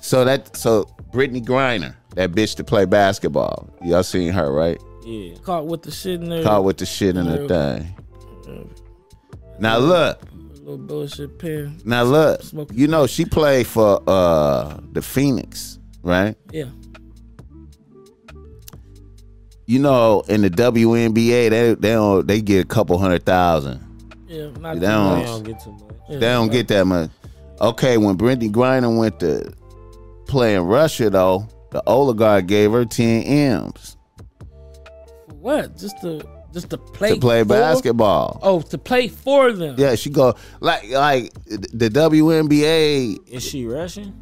So that so Brittany Griner, that bitch to play basketball. Y'all seen her, right? Yeah. Caught with the shit in there. Caught with the shit in her thing. Now look, Little bullshit pen. now look. You know she played for uh the Phoenix, right? Yeah. You know in the WNBA they they don't, they get a couple hundred thousand. Yeah. Not They too don't- I much. don't get too much. Yeah, They don't get that much. Okay, when Brittany Griner went to play in Russia though, the oligarch gave her ten m's What? Just to just to play to play for? basketball. Oh, to play for them. Yeah, she go like like the WNBA. Is she Russian?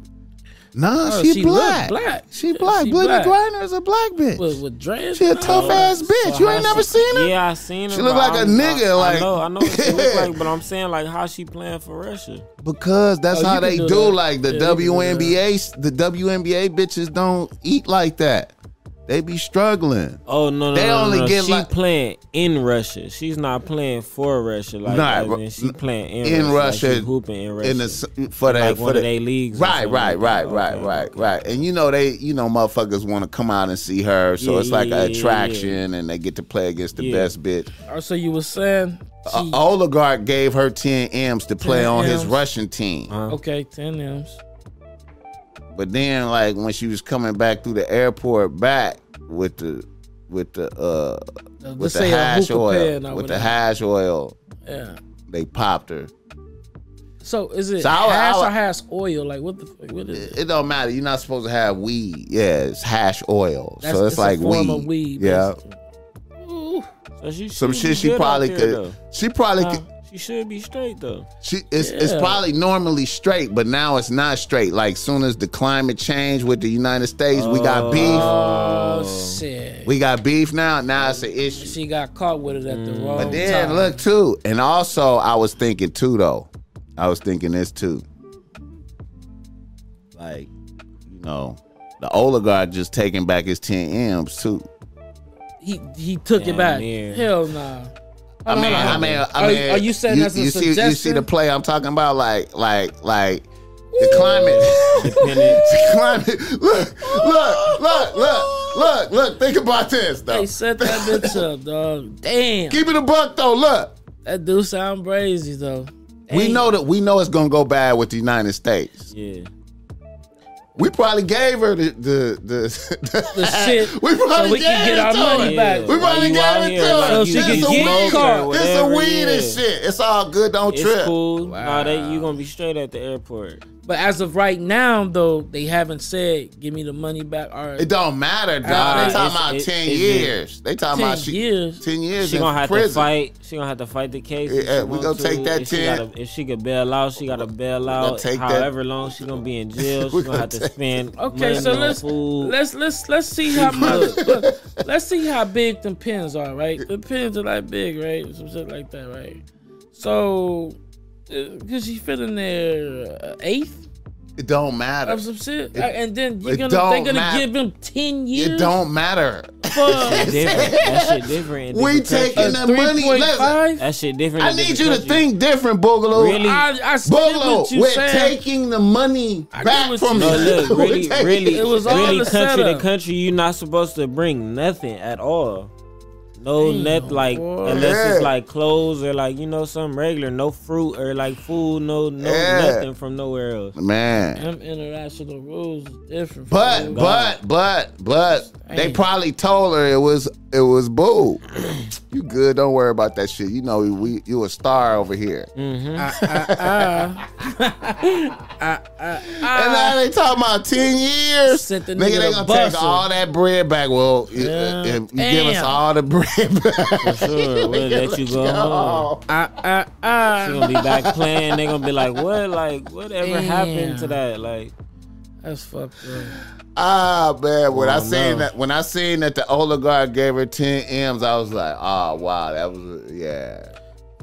Nah, Oh, she, she look black. black. She Yeah, black. she Brittany black. Griner is a black bitch. With, with dreads. she a and all tough that. ass bitch. So you how ain't never she- seen her. Yeah, I seen her. She look but like a I don't- nigga, I, like- I know, Oh, I know what she look like, but I'm saying like how she playing for Russia. Because that's Oh, you how can they do. do that. Like the Yeah, you can do WNBA, the WNBA bitches don't eat like that. They be struggling. Oh no, no, They no, no, only no. get, she like- playing in Russia. She's not playing for Russia. Like Nah, as Ru- in she playing in, in Russia, like, Russia, she hooping in Russia in the s- for In, that like, for one of the- they leagues or Right, something right, like right, that. right, Okay, right, okay. right. And you know they, you know, motherfuckers want to come out and see her, so Yeah, it's like yeah, yeah, an yeah, yeah. attraction, and they get to play against the Yeah. best bitch. Oh, so you were saying? A She, oligarch gave her ten m's to play 10 on his Ms. Russian team, Uh-huh. okay, ten M's. but then like when she was coming back through the airport back with the with the uh Uh, with let's the say a hash hookah oil pen or with the whatever. hash oil Yeah. they popped her. So is it So I would- I hash would- or hash oil? Like what the fuck? What is it? It don't matter. You're not supposed to have weed. Yeah, it's hash oil, That's- so it's, a like form weed. of weed. yeah, basically. Ooh. Oh, So she some should be shit she good out probably there, could. though. She probably Huh? could. She should be straight though. She, it's, it's Yeah. probably normally straight, but now it's not straight. Like soon as the climate change with the United States, we got beef. Oh shit. We got beef now. Now it's an issue. she got caught with it at Mm. the wrong But then time. look too, and also I was thinking too though, I was thinking this too. Like, you know, the oligarch just taking back his ten m's too. he he took Damn it back. near. Hell nah. I mean, I mean, I Are- mean, are you saying that's a you see, you see suggestion? the play I'm talking about? Like, like, like the climate. Depending, The climate. Look, look, look, look, look, look. Think about this though. They set that bitch up, dog. Damn, Keep it a buck though. Look, that do sound crazy though. we Damn. know that we know it's gonna go bad with the United States. yeah. We probably gave her the the the, the shit. We probably so we gave can get it our to money her. back. We probably While you gave out it here, to her. like, So she you This can a get weed. caught. This a Whatever, weed and yeah. shit. It's all good. Don't It's trip. cool. Nah, they, you gonna be straight at the airport. But as of right now, though, they haven't said, "Give me the money back." All right, It don't matter, dog. Uh, they it's- talking about it- ten it's- years. They talking 10 about she, years. ten years She in gonna have prison. to fight. She gonna have to fight the case. if Yeah, she we want gonna to. take that if she 10. gotta- If she could bail out, she gotta bail out. take that- However long she gonna be in jail, We she gonna gonna have to take spend. Okay, money so on let's food. let's let's let's see how much. look, let's see how big them pins are, right? The pins are like big, right? Some shit like that, right? So, uh, cause she fit in there uh, eighth It don't matter. of some shit, Uh, and then it you're gonna don't they're gonna matter. give them ten years. It don't matter. for- different. that shit different. in We different taking countries. the money. Listen, 3.5? that shit different. I in need different you to countries. think different, Boogaloo. Really? I, I see Bolo, what you we're saying. taking the money get back what from you- No, you. look, We're really, taking- really, It was all really, the country to setup. country, you're not supposed to bring nothing at all. No, Damn, nothing like boy. unless it's Yeah. like clothes or like you know something regular. No fruit or like food. No, no Yeah. nothing from nowhere else. Man. Them international rules is different. But bro. but but but they Oh, Hey. probably told her it was it was boo. you good, don't worry about that shit. You know we you a star over here. and now they talking about ten years. Sent the nigga, nigga they to gonna bust take 'em. all that bread back. Well, you- Yeah. if you give us Damn. all the bread back. Sure, we'll let you go home. Oh. I, I, She gonna be back playing. They gonna be like, what? Like whatever happened to Damn. that? Like that's fucked up. Ah man, when I Oh, seen no. that when I ah, seen that the oligarch gave her ten M's, I was like, oh wow, that was yeah.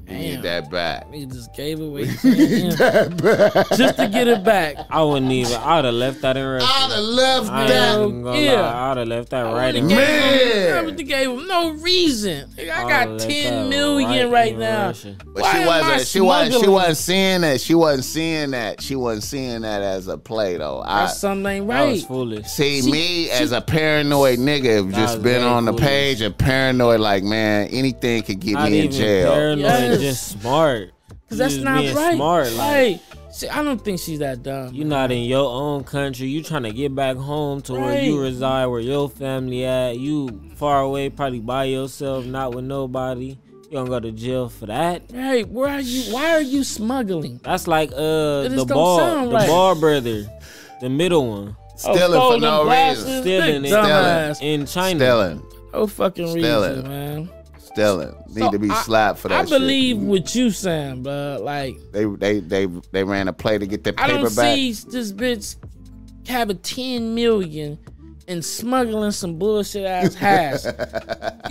Need that back. Nigga just gave away Need that back. just to get it back. I wouldn't even. I'd have left that in I'd wrestling. have left I that. ain't gonna Yeah. lie. I'd have left that I right would've in Man. gave him- I would've gave him no reason. Nigga, I I'd got have left ten that million right, in now. wrestling. But Why she am I wasn't. She wasn't. She smuggling? wasn't seeing that. She wasn't seeing that. She wasn't seeing that as a play though. I That's something ain't That was right. foolish. see me as a paranoid nigga. Have just was been very on the foolish. page and paranoid. Like man, anything could get Not me in even jail. paranoid, Yes. just smart. Cause that's You just not being right. Smart, like, Like, see, I don't think she's that dumb. you not in your own country. You trying to get back home to where you Right. reside, where your family at. You far away, probably by yourself, not with nobody. You don't go to jail for that. Right? Where are you? Why are you smuggling? That's like uh just the don't ball, sound the right. ball brother, the middle one Stealing oh, for no reason. Stealing it. Dumbass. in China. Stealing. No fucking Stealing. reason, man. Stealing. Need So to be I- slapped for that. I shit. believe what you saying, but like they they they they ran a play to get their I paper don't back. see this bitch having ten million and smuggling some bullshit ass hash.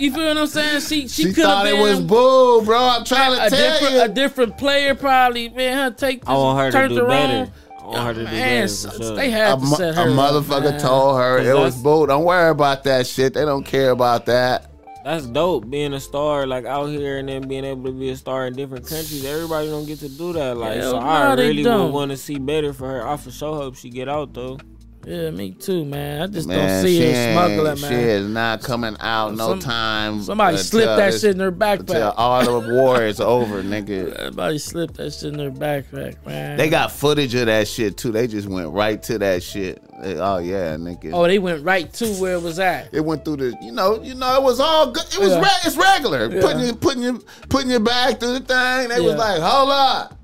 you feel what I'm saying? She she, she could have thought been it was boo, bro. I'm trying to a tell different you. a different player probably. Man, her take this, I want her turn to it do around. better. I want her to do Man, better. for sure. they a, had to mo- set a her up, motherfucker man. told her it was that's- boo. Don't worry about that shit. They don't care about that. That's dope being a star like out here and then being able to be a star in different countries. Everybody don't get to do that. Like Hell so I no, they really don't. would want to see better for her. I for sure hope she get out though. Yeah, me too, man. I just Man, don't see she, her ain't- smuggling, she man. is not coming out no Some- time. Somebody until slipped that this- shit in her Until backpack. all the war is over, nigga. Everybody slipped that shit in their backpack, man. They got footage of that shit too. They just went right to that shit. They- oh yeah, nigga. oh, they went right to where it was at. It went through the, you know, you know, it was all good. It was, Yeah. re- it's regular. Yeah. Putting your, putting your, putting your bag through the thing. They was Yeah. like, hold up,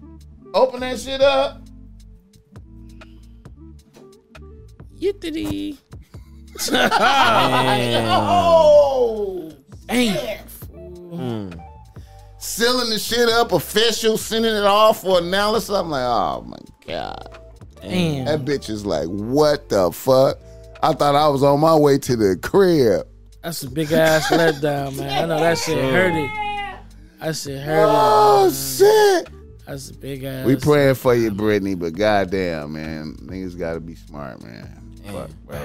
open that shit up. Yittity. Ah. Man, Oh, Damn. mm. sealing the shit up, official, sending it off for analysis. I'm like, oh my god, that Damn. bitch is like, what the fuck? I thought I was on my way to the crib. That's a big ass letdown, man. I know that shit hurt it. That shit hurt Oh shit. it. That's a big ass. We praying for you, Brittany, but goddamn, man, niggas gotta be smart, man. Fuck, bro.